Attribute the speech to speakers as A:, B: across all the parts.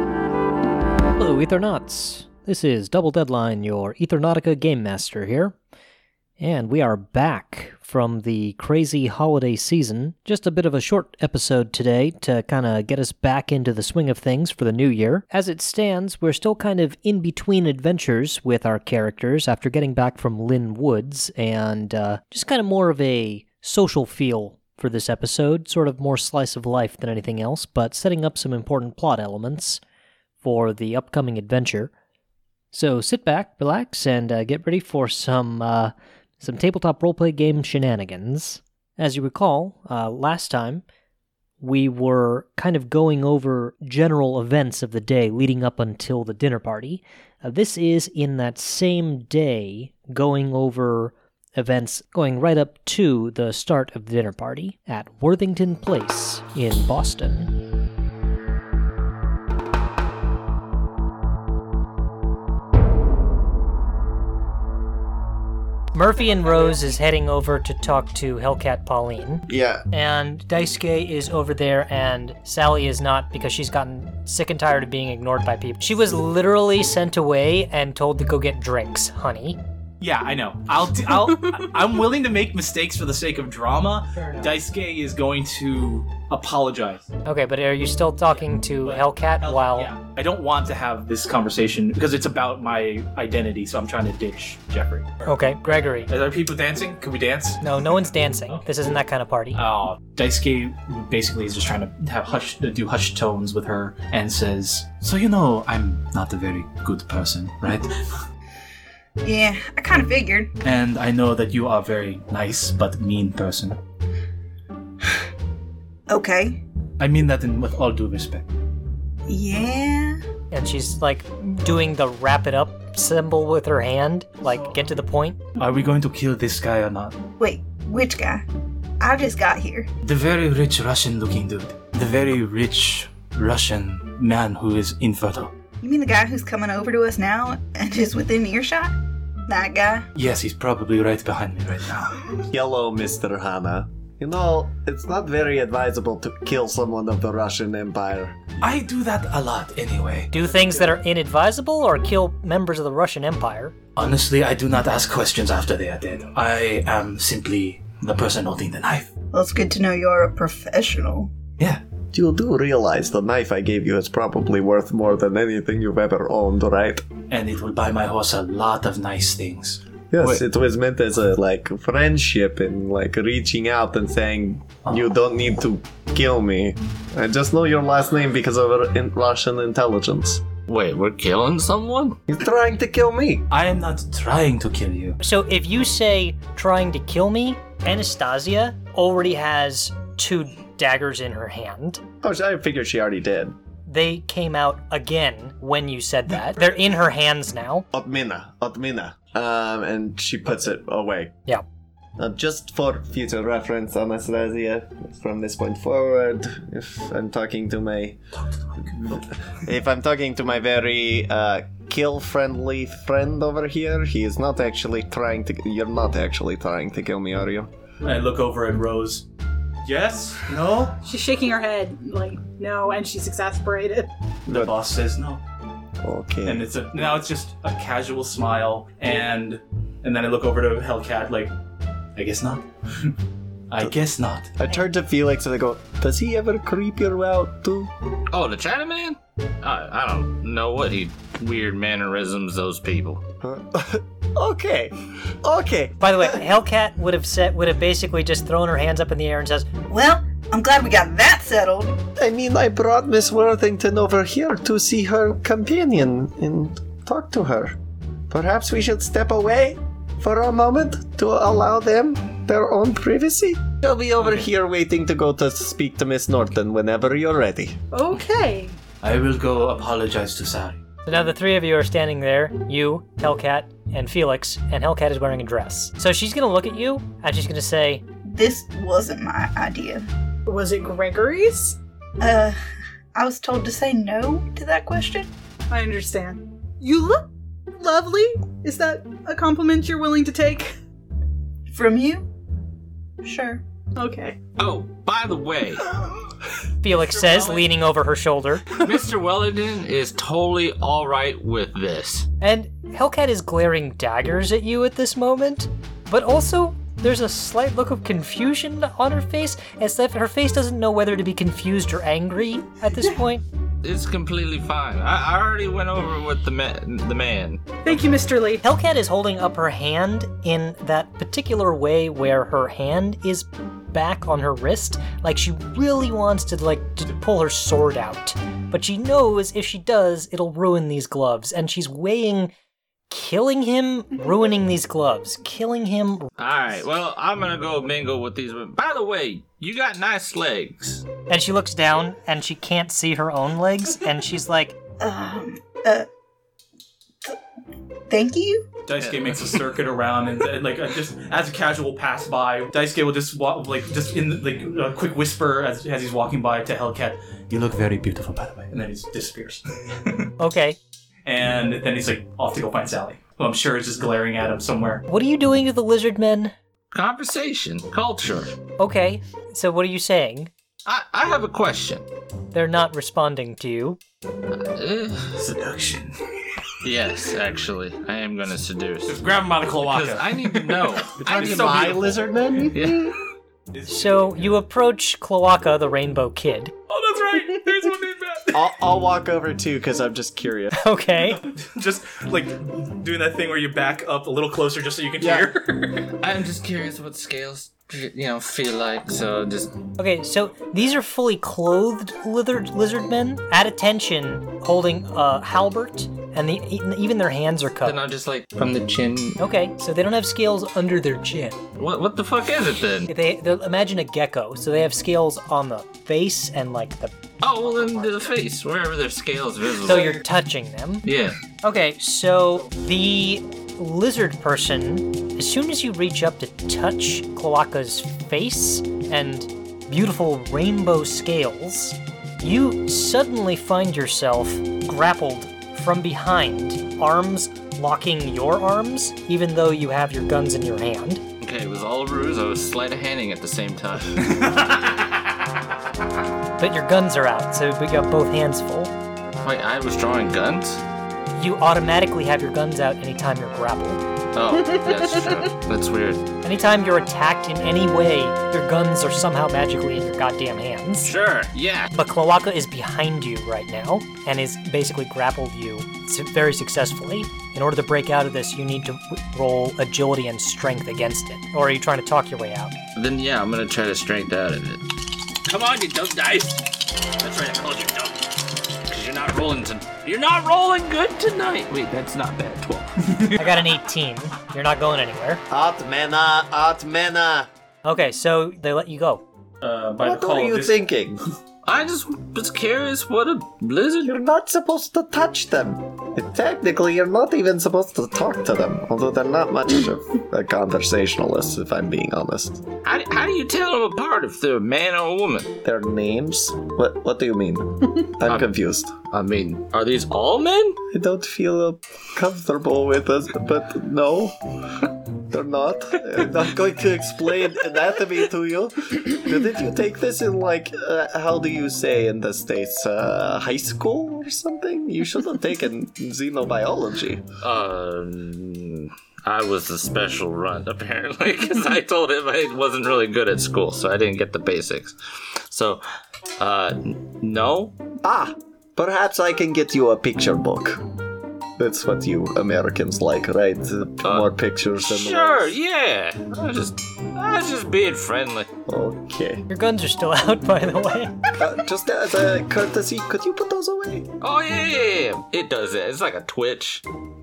A: Hello, Ethernauts. This is Double Deadline, your Ethernautica Game Master here. And we are back from the crazy holiday season. Just a bit of a short episode today to kind of get us back into the swing of things for the new year. As it stands, we're still kind of in between adventures with our characters after getting back from Lynn Woods and uh, just kind of more of a social feel for this episode, sort of more slice of life than anything else, but setting up some important plot elements for the upcoming adventure. So sit back, relax, and uh, get ready for some uh, some tabletop roleplay game shenanigans. As you recall, uh, last time we were kind of going over general events of the day leading up until the dinner party. Uh, this is in that same day, going over events going right up to the start of the dinner party at Worthington Place in Boston. Murphy and Rose is heading over to talk to Hellcat Pauline.
B: Yeah.
A: And Daisuke is over there, and Sally is not because she's gotten sick and tired of being ignored by people. She was literally sent away and told to go get drinks, honey.
C: Yeah, I know. I'll. D- I'll. I'm willing to make mistakes for the sake of drama. Daisuke is going to apologize.
A: Okay, but are you still talking to Hellcat
C: Hell-
A: while.
C: yeah, I don't want to have this conversation because it's about my identity. So I'm trying to ditch Jeffrey. Are
A: Okay, Gregory.
C: there people dancing? Can we dance?
A: No, no one's dancing. This isn't that kind of party.
C: Oh, Daisuke basically is just trying to have hush, to do hushed tones with her, and says, "So you know, I'm not a very good person, right?
D: Yeah, I kind of figured.
C: And I know that you are a very nice but mean person.
D: Okay.
C: I mean that in, with all due respect."
D: Yeah.
A: And she's like doing the wrap it up symbol with her hand, like get to the point.
C: Are we going to kill this guy or not?
D: Wait, which guy? I just got here.
C: The very rich Russian looking dude. The very rich Russian man who is infertile.
D: You mean the guy who's coming over to us now and is within earshot? That guy?
C: Yes, he's probably right behind me right now.
B: Hello, Mr. Hana. You know, it's not very advisable to kill someone of the Russian Empire.
C: I do that a lot anyway.
A: Do things that are inadvisable or kill members of the Russian Empire.
C: Honestly, I do not ask questions after they are dead. I am simply the person holding the knife.
D: Well, it's good to know you're a professional.
C: Yeah.
B: You do realize the knife I gave you is probably worth more than anything you've ever owned, right?
C: And it will buy my horse a lot of nice things.
B: Yes,
C: Wait.
B: it was meant as a like friendship and like reaching out and saying you don't need to kill me. I just know your last name because of our in- Russian intelligence.
E: Wait, we're killing someone?
B: He's trying to kill me.
C: I am not trying to kill you.
A: So if you say trying to kill me, Anastasia already has two daggers in her hand.
B: Oh, I figured she already did.
A: They came out again when you said that. They're in her hands now.
B: Otmina, Otmina. Um, and she puts it away.
A: Yeah.
B: Uh, just for future reference, Anastasia, from this point forward, if I'm talking to my, if I'm talking to my very uh, kill-friendly friend over here, he is not actually trying to. You're not actually trying to kill me, are you?
C: I look over at Rose. Yes? No?
F: She's shaking her head, like, no, and she's exasperated.
C: The boss says no.
B: Okay.
C: and it's a now it's just a casual smile and and then I look over to Hellcat like I guess not. I guess not.
B: I turn to Felix and I go, "Does he ever creep you out too?"
E: Oh, the Chinaman? I, I don't know what he weird mannerisms those people.
B: Huh? okay, okay.
A: By the way, Hellcat would have said would have basically just thrown her hands up in the air and says,
D: Well, I'm glad we got that settled.
B: I mean, I brought Miss Worthington over here to see her companion and talk to her. Perhaps we should step away for a moment to allow them their own privacy? They'll be over here waiting to go to speak to Miss Norton whenever you're ready.
F: Okay.
C: I will go apologize to Sari.
A: So now the three of you are standing there, you, Hellcat, and Felix, and Hellcat is wearing a dress. So she's gonna look at you and she's gonna say,
D: This wasn't my idea.
F: Was it Gregory's?
D: Uh, I was told to say no to that question.
F: I understand. You look lovely. Is that a compliment you're willing to take?
D: From you? Sure.
F: Okay.
E: Oh, by the way,
A: Felix says, leaning over her shoulder.
E: Mr. Wellington is totally all right with this.
A: And Hellcat is glaring daggers at you at this moment, but also there's a slight look of confusion on her face, as if her face doesn't know whether to be confused or angry at this point.
E: It's completely fine. I, I already went over with the ma- the man.
F: Thank you, Mr. Lee.
A: Hellcat is holding up her hand in that particular way where her hand is back on her wrist, like she really wants to like to pull her sword out. But she knows if she does, it'll ruin these gloves, and she's weighing killing him, ruining these gloves, killing him.
E: All right. Well, I'm gonna go mingle with these women. By the way, you got nice legs.
A: And she looks down and she can't see her own legs, and she's like,
D: Um, uh, th- thank you?
C: Daisuke makes a circuit around and, and, like uh, just as a casual pass by, Daisuke will just walk like just in like a quick whisper as, as he's walking by to Hellcat. You look very beautiful, by the way. And then he disappears.
A: okay,
C: and then he's like off to go find Sally, who I'm sure is just glaring at him somewhere.
A: what are you doing to the lizard men?
E: Conversation, culture.
A: Okay, so what are you saying?
E: I I have a question.
A: They're not responding to you.
E: Eh,
C: Seduction.
E: yes, actually, I am gonna seduce.
C: Grab him by the
E: Because
C: cloaca.
E: I need to know. I need
C: so
E: to-
B: My
C: beautiful.
B: lizard men?
E: Yeah.
A: So you approach Cloaca the Rainbow Kid.
C: oh, that's right. There's one named Matt.
B: I'll, I'll walk over too because I'm just curious.
A: Okay.
C: Just like doing that thing where you back up a little closer just so you can
B: Yeah.
C: hear.
E: I'm just curious what scales you know feel like. So just
A: Okay, so these are fully clothed lizard, lizard men at attention holding a halberd, and the, e-, even their hands are
E: then I'll
A: covered.
E: just like from the chin.
A: Okay, so they don't have scales under their chin.
E: What what the fuck is it then?
A: They they'll- imagine a gecko, so they have scales on the face and like the
E: Oh well, then the face wherever their scales visible.
A: so you're touching them.
E: yeah.
A: Okay, so the lizard person, as soon as you reach up to touch Cloaca's face and beautiful rainbow scales, you suddenly find yourself grappled from behind, arms locking your arms, even though you have your guns in your hand.
E: Okay, it was all a ruse. I was sleight of handing at the same time.
A: But your guns are out, so we got both hands full.
E: Wait, I was drawing guns?
A: You automatically have your guns out anytime you're grappled.
E: Oh, that's true. That's weird.
A: Anytime you're attacked in any way, your guns are somehow magically in your goddamn hands.
E: Sure, yeah.
A: But Cloaca is behind you right now and is basically grappled you su- very successfully. In order to break out of this, you need to w- roll agility and strength against it. Or are you trying to talk your way out?
E: Then, yeah, I'm gonna try to strength out of it. Come on, you dumb dice! That's right, I called you dumb. Because you're not rolling to- You're not rolling good tonight! Wait, that's not bad. 12.
A: I got an 18. You're not going anywhere.
B: Atmena, Atmena.
A: Okay, so they let you go.
C: Uh, by
B: What
C: the call
B: are
C: of
B: you
C: this,
B: thinking?
E: I just was curious what a blizzard.
B: You're not supposed to touch them. And technically, you're not even supposed to talk to them. Although they're not much of a conversationalist, if I'm being honest.
E: How, how do you tell them apart if they're a man or a woman?
B: Their names? What What do you mean? I'm confused.
E: I mean, are these all men?
B: I don't feel uh, comfortable with us, but no, they're not. I'm not going to explain anatomy to you. Didn't you take this in like uh, how do you say in the states, uh, high school or something? You should have taken xenobiology.
E: Um, I was the special runt apparently because I told him I wasn't really good at school, so I didn't get the basics. So, uh, n- no,
B: Ah, perhaps I can get you a picture book. That's what you Americans like, right? Uh, More pictures than
E: sure,
B: words.
E: yeah. I was just, I was just being friendly.
B: Okay.
A: Your guns are still out, by the way.
B: Uh, just as a courtesy, could you put those away?
E: Oh yeah, yeah, yeah. it does it. It's like a twitch.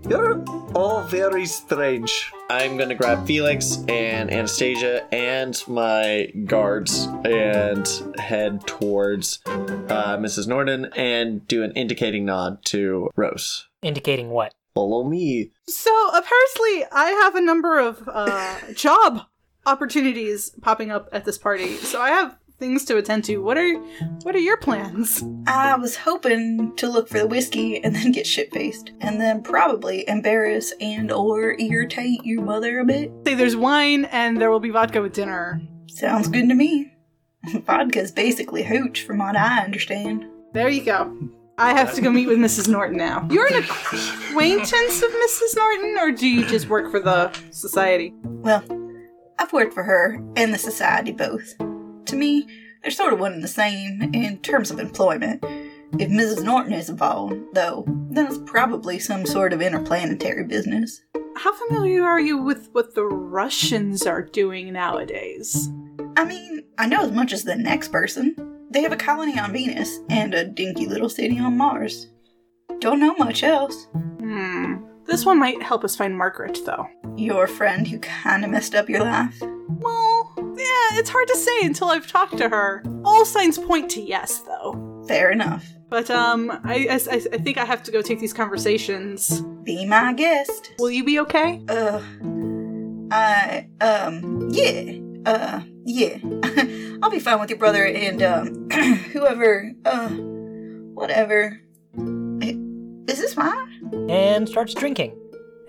B: You're all very strange. I'm gonna grab Felix and Anastasia and my guards and head towards uh, Mrs. Norton and do an indicating nod to Rose.
A: Indicating what?
B: Follow me.
F: So apparently, I have a number of uh, job opportunities popping up at this party. So I have things to attend to. What are what are your plans?
D: I was hoping to look for the whiskey and then get shit faced, and then probably embarrass and or irritate your mother a bit.
F: Say there's wine and there will be vodka with dinner.
D: Sounds good to me. Vodka's basically hooch, from what I understand.
F: There you go. I have to go meet with Mrs. Norton now. You're an acquaintance of Mrs. Norton, or do you just work for the society?
D: Well, I've worked for her and the society both. To me, they're sort of one and the same in terms of employment. If Mrs. Norton is involved, though, then it's probably some sort of interplanetary business.
F: How familiar are you with what the Russians are doing nowadays?
D: I mean, I know as much as the next person. They have a colony on Venus and a dinky little city on Mars. Don't know much else.
F: Hmm. This one might help us find Margaret, though.
D: Your friend who kinda messed up your life.
F: Well, yeah, it's hard to say until I've talked to her. All signs point to yes, though.
D: Fair enough.
F: But um, I, I, I think I have to go take these conversations.
D: Be my guest.
F: Will you be okay?
D: Uh, I, um, yeah, uh, yeah. I'll be fine with your brother and, um, whoever, uh, whatever. Eh, Is this mine?
A: and starts drinking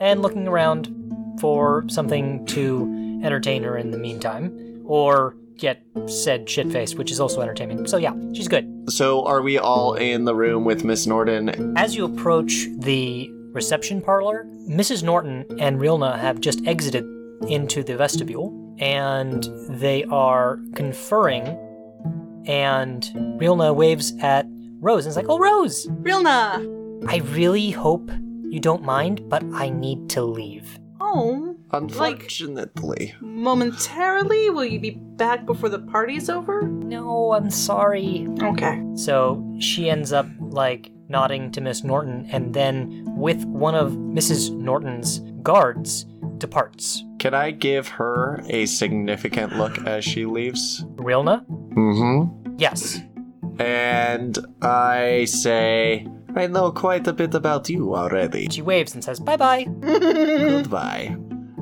A: and looking around for something to entertain her in the meantime, or get said shit face, which is also entertainment. So yeah, she's good.
B: So, are we all in the room with Miss Norton?
A: As you approach the reception parlor, Mrs. Norton and Rilna have just exited into the vestibule, and they are conferring. And Rilna waves at Rose and is like, "Oh, Rose,
F: Rilna!
A: I really hope you don't mind, but I need to leave."
F: Oh,
B: Unfortunately.
F: momentarily, will you be back before the party's over?
A: No, I'm sorry.
F: Okay.
A: So she ends up like nodding to Miss Norton and then with one of Mrs. Norton's guards departs.
B: Can I give her a significant look as she leaves?
A: Rilna?
B: Mm
A: Yes.
B: hmm. And I say, I know quite a bit about you already.
A: She waves and says bye bye.
B: Goodbye.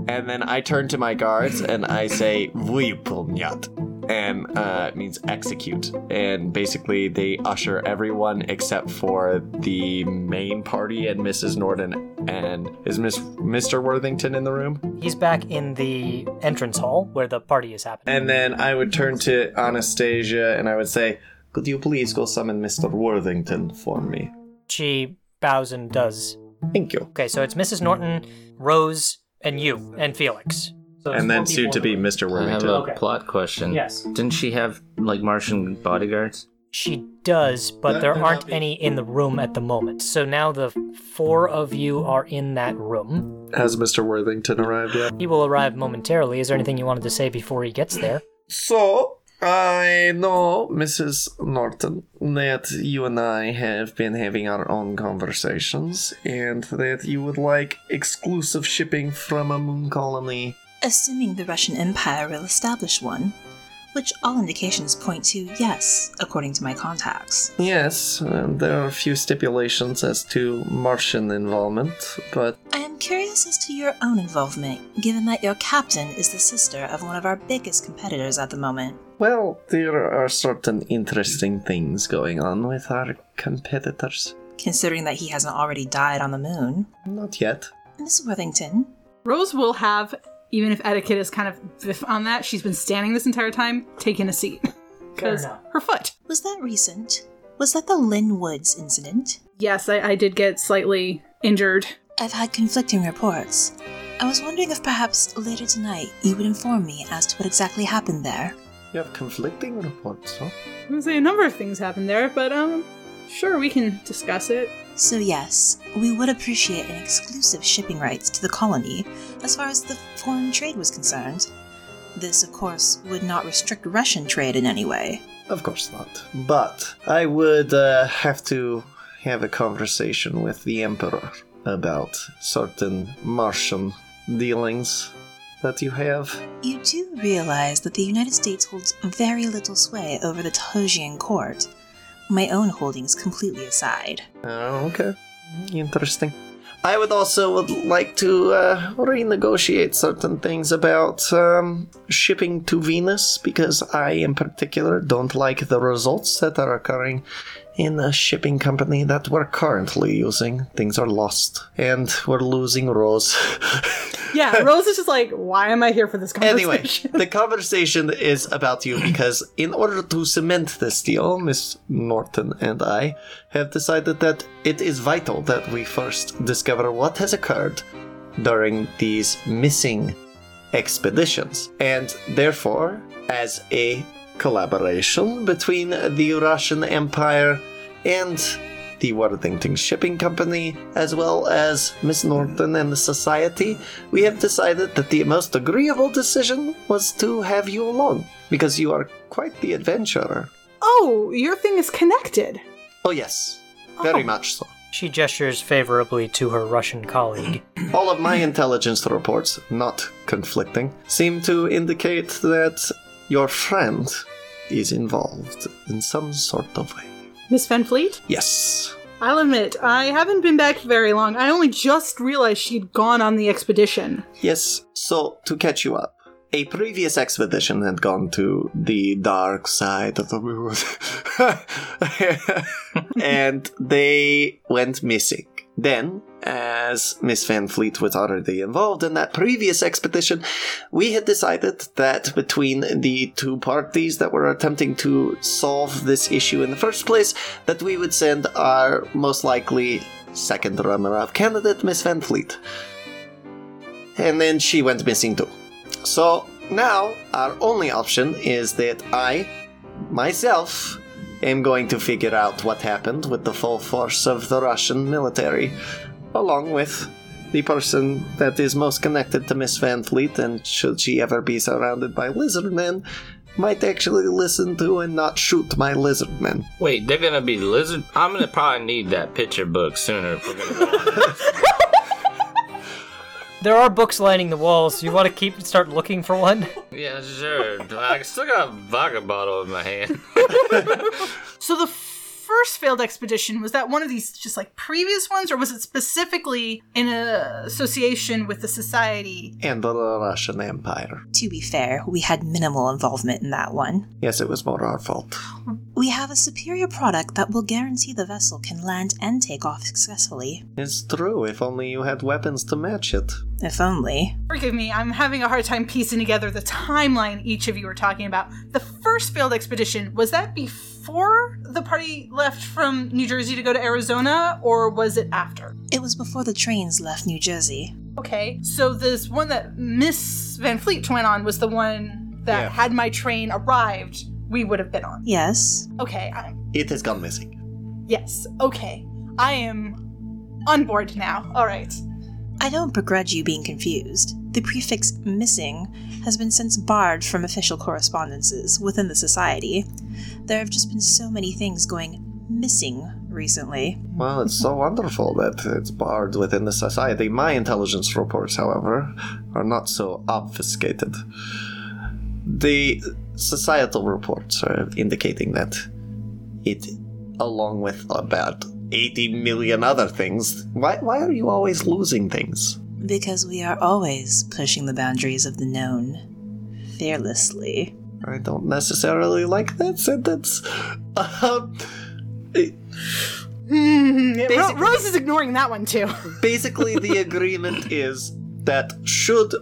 B: And then I turn to my guards and I say, Vyupunyat. And uh, it means execute. And basically, they usher everyone except for the main party and Mrs. Norton. And is Miss Mr. Worthington in the room?
A: He's back in the entrance hall where the party is happening.
B: And then I would turn to Anastasia and I would say, Could you please go summon Mr. Worthington for me?
A: She bows and does.
B: Thank you.
A: Okay, so it's Mrs. Norton, Rose, and you, and Felix.
C: So it's
B: And then
C: four
B: soon
C: people
B: to
C: in
B: be
C: the room.
B: Mr.
E: I have
B: Worthington.
E: a
C: Okay.
E: plot question.
C: Yes.
E: Didn't she have like Martian bodyguards?
A: She does, but
B: That
A: there
B: could
A: aren't
B: not be-
A: any in the room at the moment. So now the four of you are in that room.
B: Has Mr. Worthington arrived yet?
A: He will arrive momentarily. Is there anything you wanted to say before he gets there?
B: So, I know, Mrs. Norton, that you and I have been having our own conversations, and that you would like exclusive shipping from a moon colony.
G: Assuming the Russian Empire will establish one, which all indications point to yes, according to my contacts.
B: Yes, uh, there are a few stipulations as to Martian involvement, but
G: I am curious as to your own involvement, given that your captain is the sister of one of our biggest competitors at the moment.
B: Well, there are certain interesting things going on with our competitors.
G: Considering that he hasn't already died on the moon,
B: Not yet.
G: Miss Worthington,
F: Rose will have, even if etiquette is kind of biff on that, she's been standing this entire time, taking a seat. Because
A: enough.
F: her foot.
G: was that recent? Was that the Lynn Woods incident?
F: Yes, I, I did get slightly injured.
G: I've had conflicting reports. I was wondering if perhaps later tonight you would inform me as to what exactly happened there.
B: You have conflicting reports, huh?
F: I'm gonna say a number of things happened there, but um, sure, we can discuss it.
G: So, yes, we would appreciate an exclusive shipping rights to the colony as far as the foreign trade was concerned. This, of course, would not restrict Russian trade in any way.
B: Of course not. But I would uh, have to have a conversation with the Emperor about certain Martian dealings that you have.
G: You do realize that the United States holds very little sway over the Tojian court, my own holdings completely aside.
B: Oh, okay. Interesting. I would also would like to uh, renegotiate certain things about um, shipping to Venus because I, in particular, don't like the results that are occurring in a shipping company that we're currently using. Things are lost, and we're losing Rose.
F: Yeah, Rose is just like, why am I here for this
B: anyway,
F: conversation?
B: the conversation is about you because, in order to cement this deal, Miss Norton and I have decided that it is vital that we first discover what has occurred during these missing expeditions. And therefore, as a collaboration between the Russian Empire and the Worthington Shipping Company, as well as Miss Norton and the Society, we have decided that the most agreeable decision was to have you along, because you are quite the adventurer.
F: oh, your thing is connected.
B: Oh, yes, very much so.
A: She gestures favorably to her Russian colleague.
B: All of my intelligence reports, not conflicting, seem to indicate that your friend is involved in some sort of way.
F: Miss Fenfleet?
B: Yes.
F: I'll admit, I haven't been back very long. I only just realized she'd gone on the expedition.
B: Yes, so to catch you up, a previous expedition had gone to the dark side of the moon. and they went missing. Then, as Miss Van Fleet was already involved in that previous expedition, we had decided that between the two parties that were attempting to solve this issue in the first place, that we would send our most likely second runner-up candidate, Miss Van Fleet and then she went missing too. So now our only option is that I, myself, am going to figure out what happened with the full force of the Russian military, along with the person that is most connected to Miss Van Fleet, and should she ever be surrounded by lizard men, might actually listen to and not shoot my lizard men.
E: Wait, they're gonna be lizard. I'm gonna probably need that picture book sooner. If we're gonna go on.
A: There are books lining the walls. You want to keep start looking for one?
E: yeah, sure. I still got a vodka bottle in my hand.
F: So the first failed expedition was that one of these just like previous ones, or was it specifically in a association with the society?
B: And the Russian Empire.
G: To be fair, we had minimal involvement in that one.
B: Yes, it was more our fault.
G: We have a superior product that will guarantee the vessel can land and take off successfully.
B: It's true, if only you had weapons to match it.
G: If only.
F: Forgive me, I'm having a hard time piecing together the timeline each of you were talking about. The first failed expedition was that before the party left from New Jersey to go to Arizona, or was it after?
G: It was before the trains left New Jersey.
F: Okay, so this one that Miss Van Fleet went on was the one that
B: Yeah.
F: had my train arrived, we would have been on.
G: Yes.
F: Okay, I'm
B: It has gone missing.
F: Yes, okay. I am on board now. All right.
G: I don't begrudge you being confused. The prefix missing has been since barred from official correspondences within the society. There have just been so many things going missing recently.
B: Well, it's so wonderful that it's barred within the society. My intelligence reports, however, are not so obfuscated. The societal reports are indicating that it, along with about 80 million other things, why, why are you always losing things?
G: Because we are always pushing the boundaries of the known. Fearlessly.
B: I don't necessarily like that sentence. Um, Hmm,
F: Ro- Rose is ignoring that one too.
B: basically the agreement is that should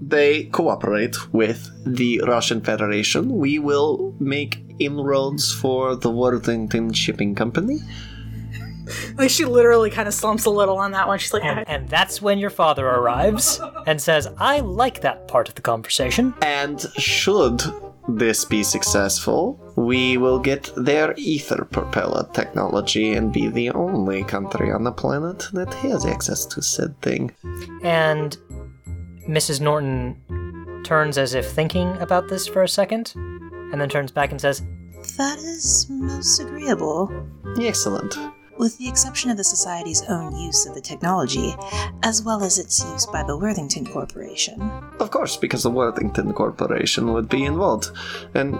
B: they cooperate with the Russian Federation, we will make inroads for the Worthington Shipping Company.
F: like she literally kind of slumps a little on that one. She's like,
A: And, and that's when your father arrives and says, I like that part of the conversation.
B: And should this be successful, we will get their ether propeller technology and be the only country on the planet that has access to said thing.
A: And Mrs. Norton turns as if thinking about this for a second, and then turns back and says,
G: That is most agreeable.
B: Excellent.
G: with the exception of the Society's own use of the technology, as well as its use by the Worthington Corporation.
B: Of course, because the Worthington Corporation would be involved. And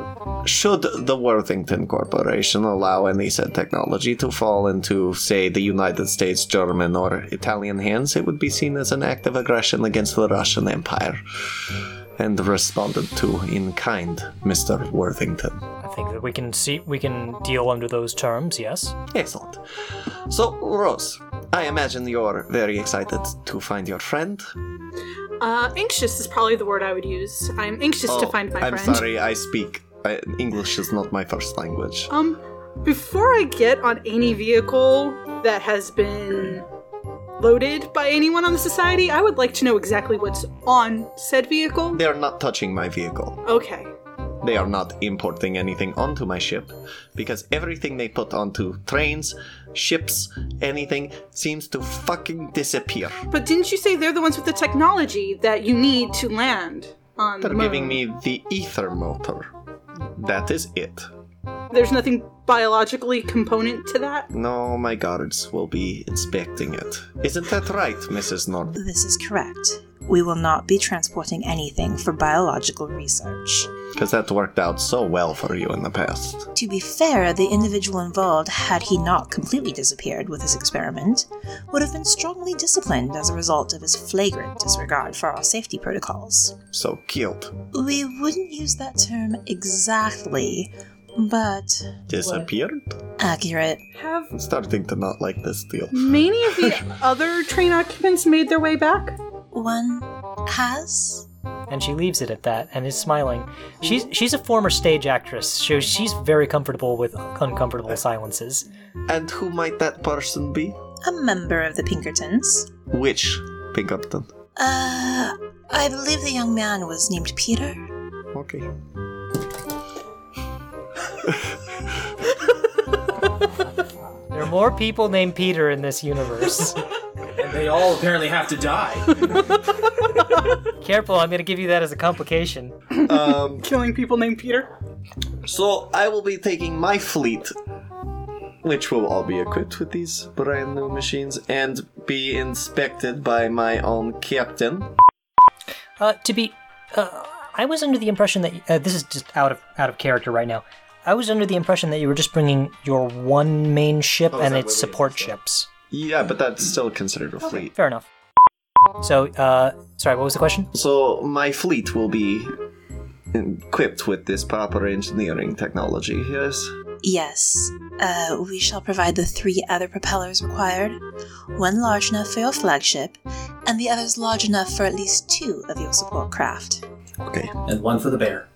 B: should the Worthington Corporation allow any said technology to fall into, say, the United States, German, or Italian hands, it would be seen as an act of aggression against the Russian Empire. And responded to in kind, Mr. Worthington.
A: I think that we can see we can deal under those terms. Yes.
B: Excellent. So, Rose, I imagine you're very excited to find your friend.
F: Uh, anxious is probably the word I would use. I'm anxious to
B: Oh,
F: find my
B: I'm
F: friend.
B: sorry, I speak. I, English is not my first language.
F: Um, before I get on any vehicle that has been loaded by anyone on the society, I would like to know exactly what's on said vehicle.
B: They are not touching my vehicle.
F: Okay.
B: They are not importing anything onto my ship because everything they put onto trains, ships, anything seems to fucking disappear.
F: But didn't you say they're the ones with the technology that you need to land on
B: They're
F: the moon?
B: giving me the ether motor. That is it.
F: There's nothing biologically component to that?
B: No, my guards will be inspecting it. Isn't that right, Mrs. Norton?
G: This is correct. We will not be transporting anything for biological research.
B: Because that worked out so well for you in the past.
G: To be fair, the individual involved, had he not completely disappeared with his experiment, would have been strongly disciplined as a result of his flagrant disregard for our safety protocols.
B: So killed.
G: We wouldn't use that term exactly, but
B: Disappeared?
G: accurate.
F: Have
B: I'm starting to not like this deal.
F: many of the other train occupants made their way back?
G: One has?
A: And she leaves it at that and is smiling. She's she's a former stage actress, so she's very comfortable with uncomfortable silences.
B: And who might that person be?
G: A member of the Pinkertons.
B: Which Pinkerton?
G: Uh, I believe the young man was named Peter.
B: Okay.
A: There are more people named Peter in this universe.
C: And they all apparently have to die.
A: Careful, I'm gonna give you that as a complication.
B: Um,
F: Killing people named Peter?
B: so I will be taking my fleet, which will all be equipped with these brand new machines and be inspected by my own captain.
A: Uh, to be, uh, I was under the impression that uh, this is just out of out of character right now. I was under the impression that you were just bringing your one main ship
B: Oh, is
A: and
B: that
A: its
B: what we-
A: support ships.
B: Yeah, but that's still considered a fleet.
A: Fair enough. So, uh, sorry, what was the question?
B: So my fleet will be equipped with this proper engineering technology. Yes.
G: Yes, uh, we shall provide the three other propellers required one large enough for your flagship, and the others large enough for at least two of your support craft.
B: Okay.
C: and one for the bear.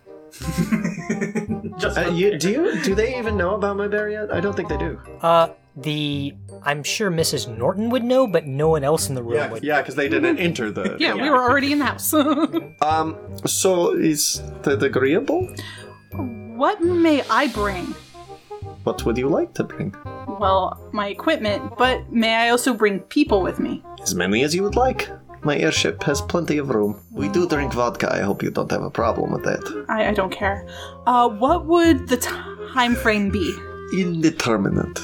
C: Just
B: Uh, you, do you do they even know about my bear yet? I don't think they do.
A: Uh, the I'm sure Mrs. Norton would know, but no one else in the room
B: Yeah,
A: would.
B: yeah, because they didn't enter the.
F: Yeah, we were already in the house.
B: Um. So is that agreeable?
F: what may I bring?
B: What would you like to bring?
F: Well, my equipment, but may I also bring people with me?
B: As many as you would like. My airship has plenty of room. We do drink vodka. I hope you don't have a problem with that.
F: I, I don't care. Uh, what would the time frame be?
B: Indeterminate.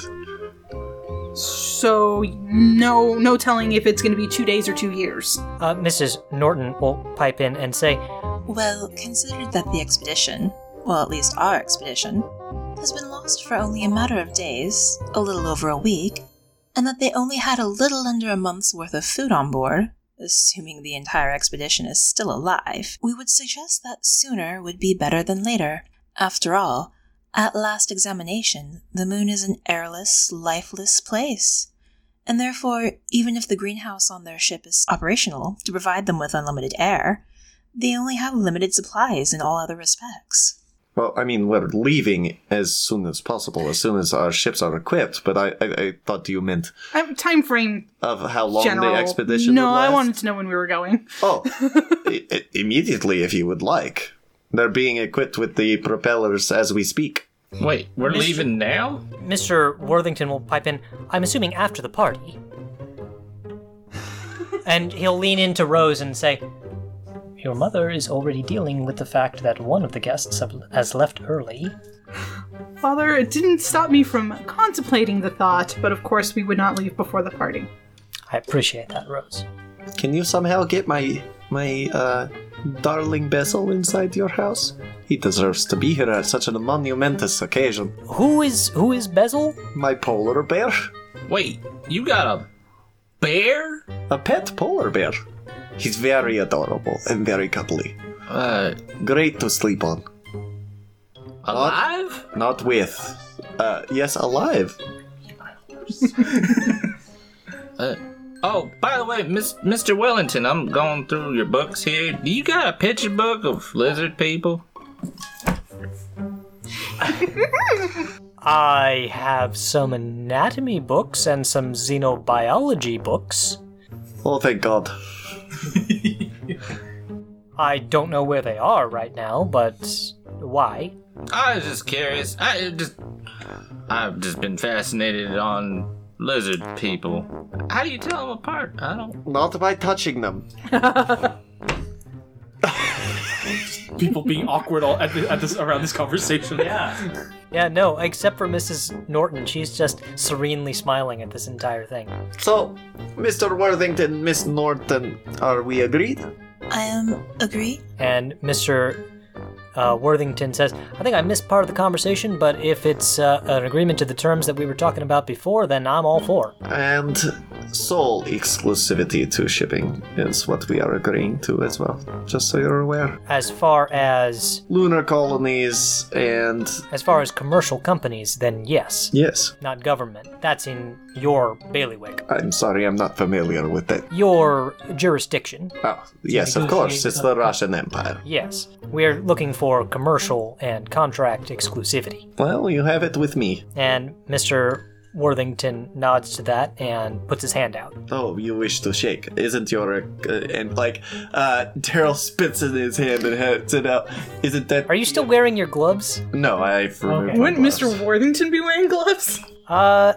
F: So no, no telling if it's going to be two days or two years.
A: Uh, Mrs. Norton will pipe in and say,
G: Well, consider that the expedition, well, at least our expedition, has been lost for only a matter of days, a little over a week, and that they only had a little under a month's worth of food on board, assuming the entire expedition is still alive, we would suggest that sooner would be better than later. After all, at last examination, the moon is an airless, lifeless place. And therefore, even if the greenhouse on their ship is operational to provide them with unlimited air, they only have limited supplies in all other respects.
B: Well, I mean, we're leaving as soon as possible, as soon as our ships are equipped. But I, I, I thought you meant
F: Um, time frame
B: of how long
F: general.
B: the expedition.
F: no,
B: would
F: I
B: last?
F: wanted to know when we were going.
B: Oh, i- i- immediately, if you would like. They're being equipped with the propellers as we speak.
E: Wait, we're leaving now?
A: Mr. Worthington will pipe in, I'm assuming after the party. and he'll lean into Rose and say, Your mother is already dealing with the fact that one of the guests have, has left early.
F: Father, it didn't stop me from contemplating the thought, but of course we would not leave before the party.
A: I appreciate that, Rose.
B: Can you somehow get my my uh, darling Bessel inside your house? He deserves to be here at such a monumentous occasion.
A: Who is who is Bezel?
B: My polar bear,
E: Wait, you got a bear?
B: a pet polar bear. He's very adorable and very cuddly.
E: Uh,
B: Great to sleep on.
E: alive?
B: Not with. Uh, yes, alive.
E: Uh, oh, by the way, Miss, Mr. Wellington, I'm going through your books here. Do you got a picture book of lizard people?
A: I have some anatomy books and some xenobiology books.
B: Oh, thank God.
A: I don't know where they are right now, but why?
E: I was just curious. I it just, I've just been fascinated on lizard people. How do you tell them apart? I don't.
B: Not by touching them.
C: People being awkward all at, the, at this around this conversation. Yeah.
A: Yeah, no, except for Mrs. Norton. She's just serenely smiling at this entire thing.
B: So, Mr. Worthington, Miss Norton, are we agreed?
G: I um agree.
A: And Mr. Uh, Worthington says, I think I missed part of the conversation, but if it's uh, an agreement to the terms that we were talking about before, then I'm all for.
B: And sole exclusivity to shipping is what we are agreeing to as well, just so you're aware.
A: As far as
B: Lunar colonies and.
A: as far as commercial companies, then yes.
B: Yes.
A: Not government. That's in your bailiwick.
B: I'm sorry, I'm not familiar with that.
A: Your jurisdiction.
B: Oh, yes, of course, it's the Russian Empire.
A: Yes. We're looking for commercial and contract exclusivity.
B: Well, you have it with me.
A: And Mr. Worthington nods to that and puts his hand out.
B: Oh, you wish to shake. Isn't your. Uh, and, like, uh, Daryl spits in his hand and hands it out. Isn't that.
A: Are you still wearing your gloves?
B: No, I've removed my
F: Wouldn't
B: gloves.
F: Mr. Worthington be wearing gloves?
A: Uh,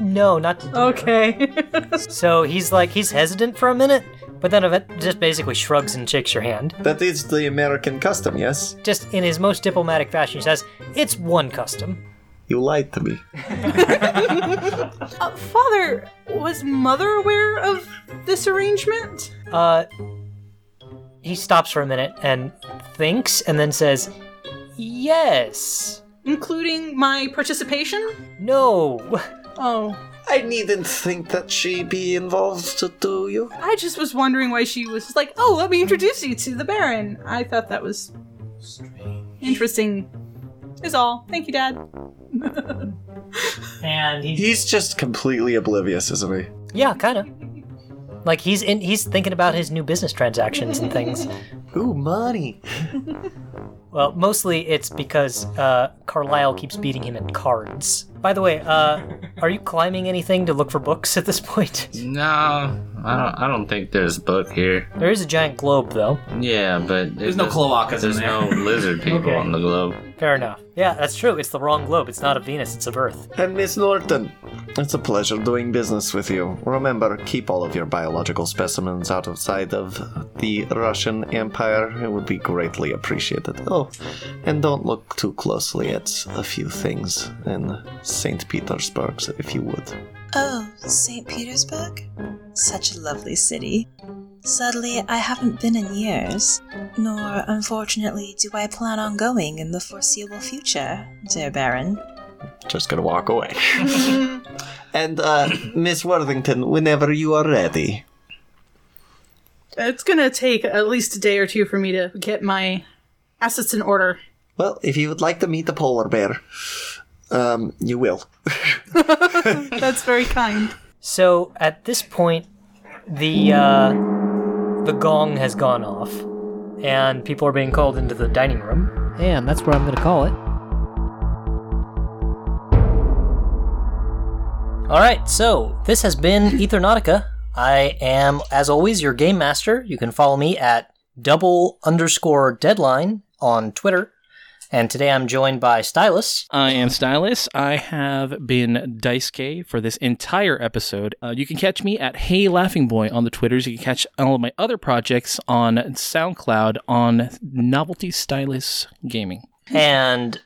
A: no, not to
F: Okay. Uh,
A: So he's like, he's hesitant for a minute, but then event- just basically shrugs and shakes your hand.
B: That is the American custom, yes?
A: Just in his most diplomatic fashion, he says, It's one custom.
B: You lied to me.
F: uh, Father, was Mother aware of this arrangement?
A: Uh, he stops for a minute and thinks, and then says, Yes.
F: Including my participation?
A: No.
F: Oh.
B: I needn't think that she be involved, do you?
F: I just was wondering why she was like, oh, let me introduce you to the Baron. I thought that was interesting. Is all. Thank you, Dad.
A: And he.
B: He's just completely oblivious, isn't he?
A: Yeah, kind of. Like he's in, he's thinking about his new business transactions and things.
B: Ooh, money.
A: Well, mostly it's because uh, Carlisle keeps beating him in cards. By the way, uh, are you climbing anything to look for books at this point?
E: No, I don't. I don't think there's a book here.
A: There is a giant globe, though.
E: Yeah, but it
C: There's no
E: doesn't-
C: cloacas in
E: There's
C: there.
E: no lizard people
A: Okay.
E: on the globe.
A: Fair enough. Yeah, that's true. It's the wrong globe. It's not of Venus. It's of Earth.
B: And Miss Norton, it's a pleasure doing business with you. Remember, keep all of your biological specimens outside of the Russian Empire. It would be greatly appreciated. Oh, and don't look too closely at a few things in St. Petersburg, if you would.
G: Oh, St. Petersburg? Such a lovely city. Sadly, I haven't been in years, nor unfortunately do I plan on going in the foreseeable future, dear Baron.
B: Just gonna walk away. and uh, Miss Worthington, whenever you are ready.
F: It's gonna take at least a day or two for me to get my assets in order.
B: Well, if you would like to meet the polar bear, um, you will.
F: That's very kind.
A: So at this point, the uh, the gong has gone off, and people are being called into the dining room.
H: And that's where I'm going to call it.
A: All right. So this has been Ethernautica. I am, as always, your game master. You can follow me at double underscore deadline on Twitter. And today I'm joined by Stylus.
I: I am Stylus. I have been Dice K for this entire episode. Uh, you can catch me at Hey Laughing Boy on the Twitters. You can catch all of my other projects on SoundCloud on Novelty Stylus Gaming.
A: And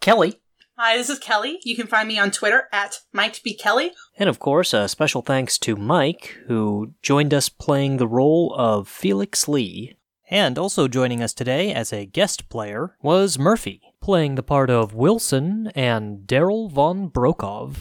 A: Kelly.
F: Hi, this is Kelly. You can find me on Twitter at might be Kelly.
A: And of course, a special thanks to Mike, who joined us playing the role of Felix Lee. And also joining us today as a guest player was Murphy, playing the part of Wilson and Daryl von Brokov.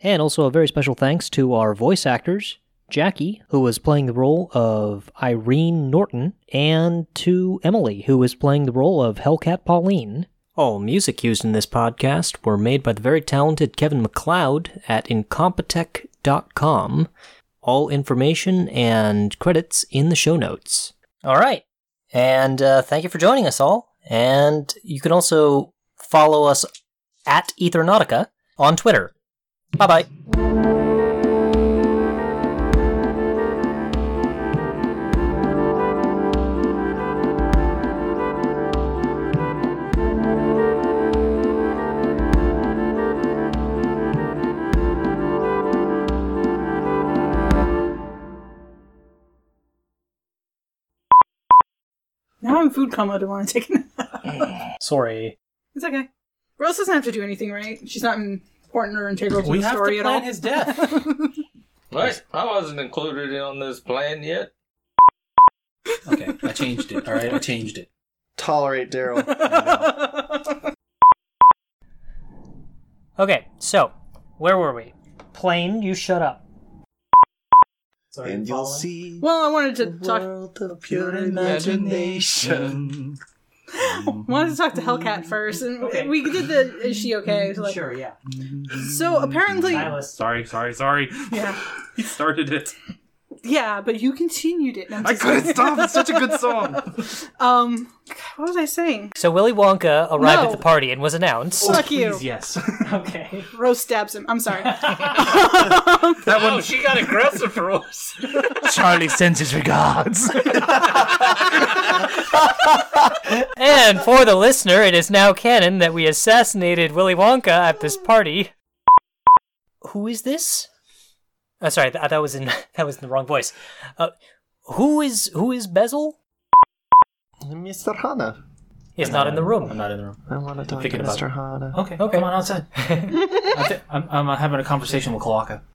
A: And also a very special thanks to our voice actors, Jackie, who was playing the role of Irene Norton, and to Emily, who was playing the role of Hellcat Pauline. All music used in this podcast were made by the very talented Kevin McLeod at incompetech.com. All information and credits in the show notes. All right. And uh, thank you for joining us all. And you can also follow us at Ethernautica on Twitter. Bye bye.
F: Now I'm food coma. Do want to take a nap.
A: Sorry.
F: it's okay. Rose doesn't have to do anything, right? She's not important or integral to
J: We
F: the
J: have to
F: story at all.
J: plan his death.
E: What? I wasn't included in on this plan yet.
J: okay, I changed it. All right, I changed it.
B: Tolerate Daryl.
K: Okay, so where were we? Plane, you shut up.
J: Sorry,
B: and you'll
J: Paula.
B: see
F: well, I wanted
B: a
F: to talk.
B: world of pure imagination.
F: Wanted to talk to Hellcat first, and
K: Okay.
F: we did the. Is she okay? So like,
K: Sure, yeah.
F: So apparently,
K: Silas.
J: Sorry, sorry, sorry.
F: yeah,
J: He started it.
F: yeah, but you continued it. and I'm
J: I
F: just-
J: couldn't stop. It's such a good song.
F: Um, what was I saying?
K: So Willy Wonka arrived
F: No.
K: at the party and was announced.
F: Fuck you.
J: Yes.
K: Okay.
F: Rose stabs him. I'm sorry.
E: That
J: Oh,
E: one. she got aggressive for us.
L: Charlie sends his regards.
K: And for the listener, it is now canon that we assassinated Willy Wonka at this party. Who is this? Oh, sorry, th- that was in that was in the wrong voice. Uh, who is who is Bezel?
B: Mr. Hana.
K: Is not in the room.
C: Uh, I'm not in the room.
B: I want to talk to
C: thinking about Oh,
B: Mr. Hana.
C: Okay,
K: Okay.
C: come on outside. I thi- I'm, I'm having a conversation with Kalaka.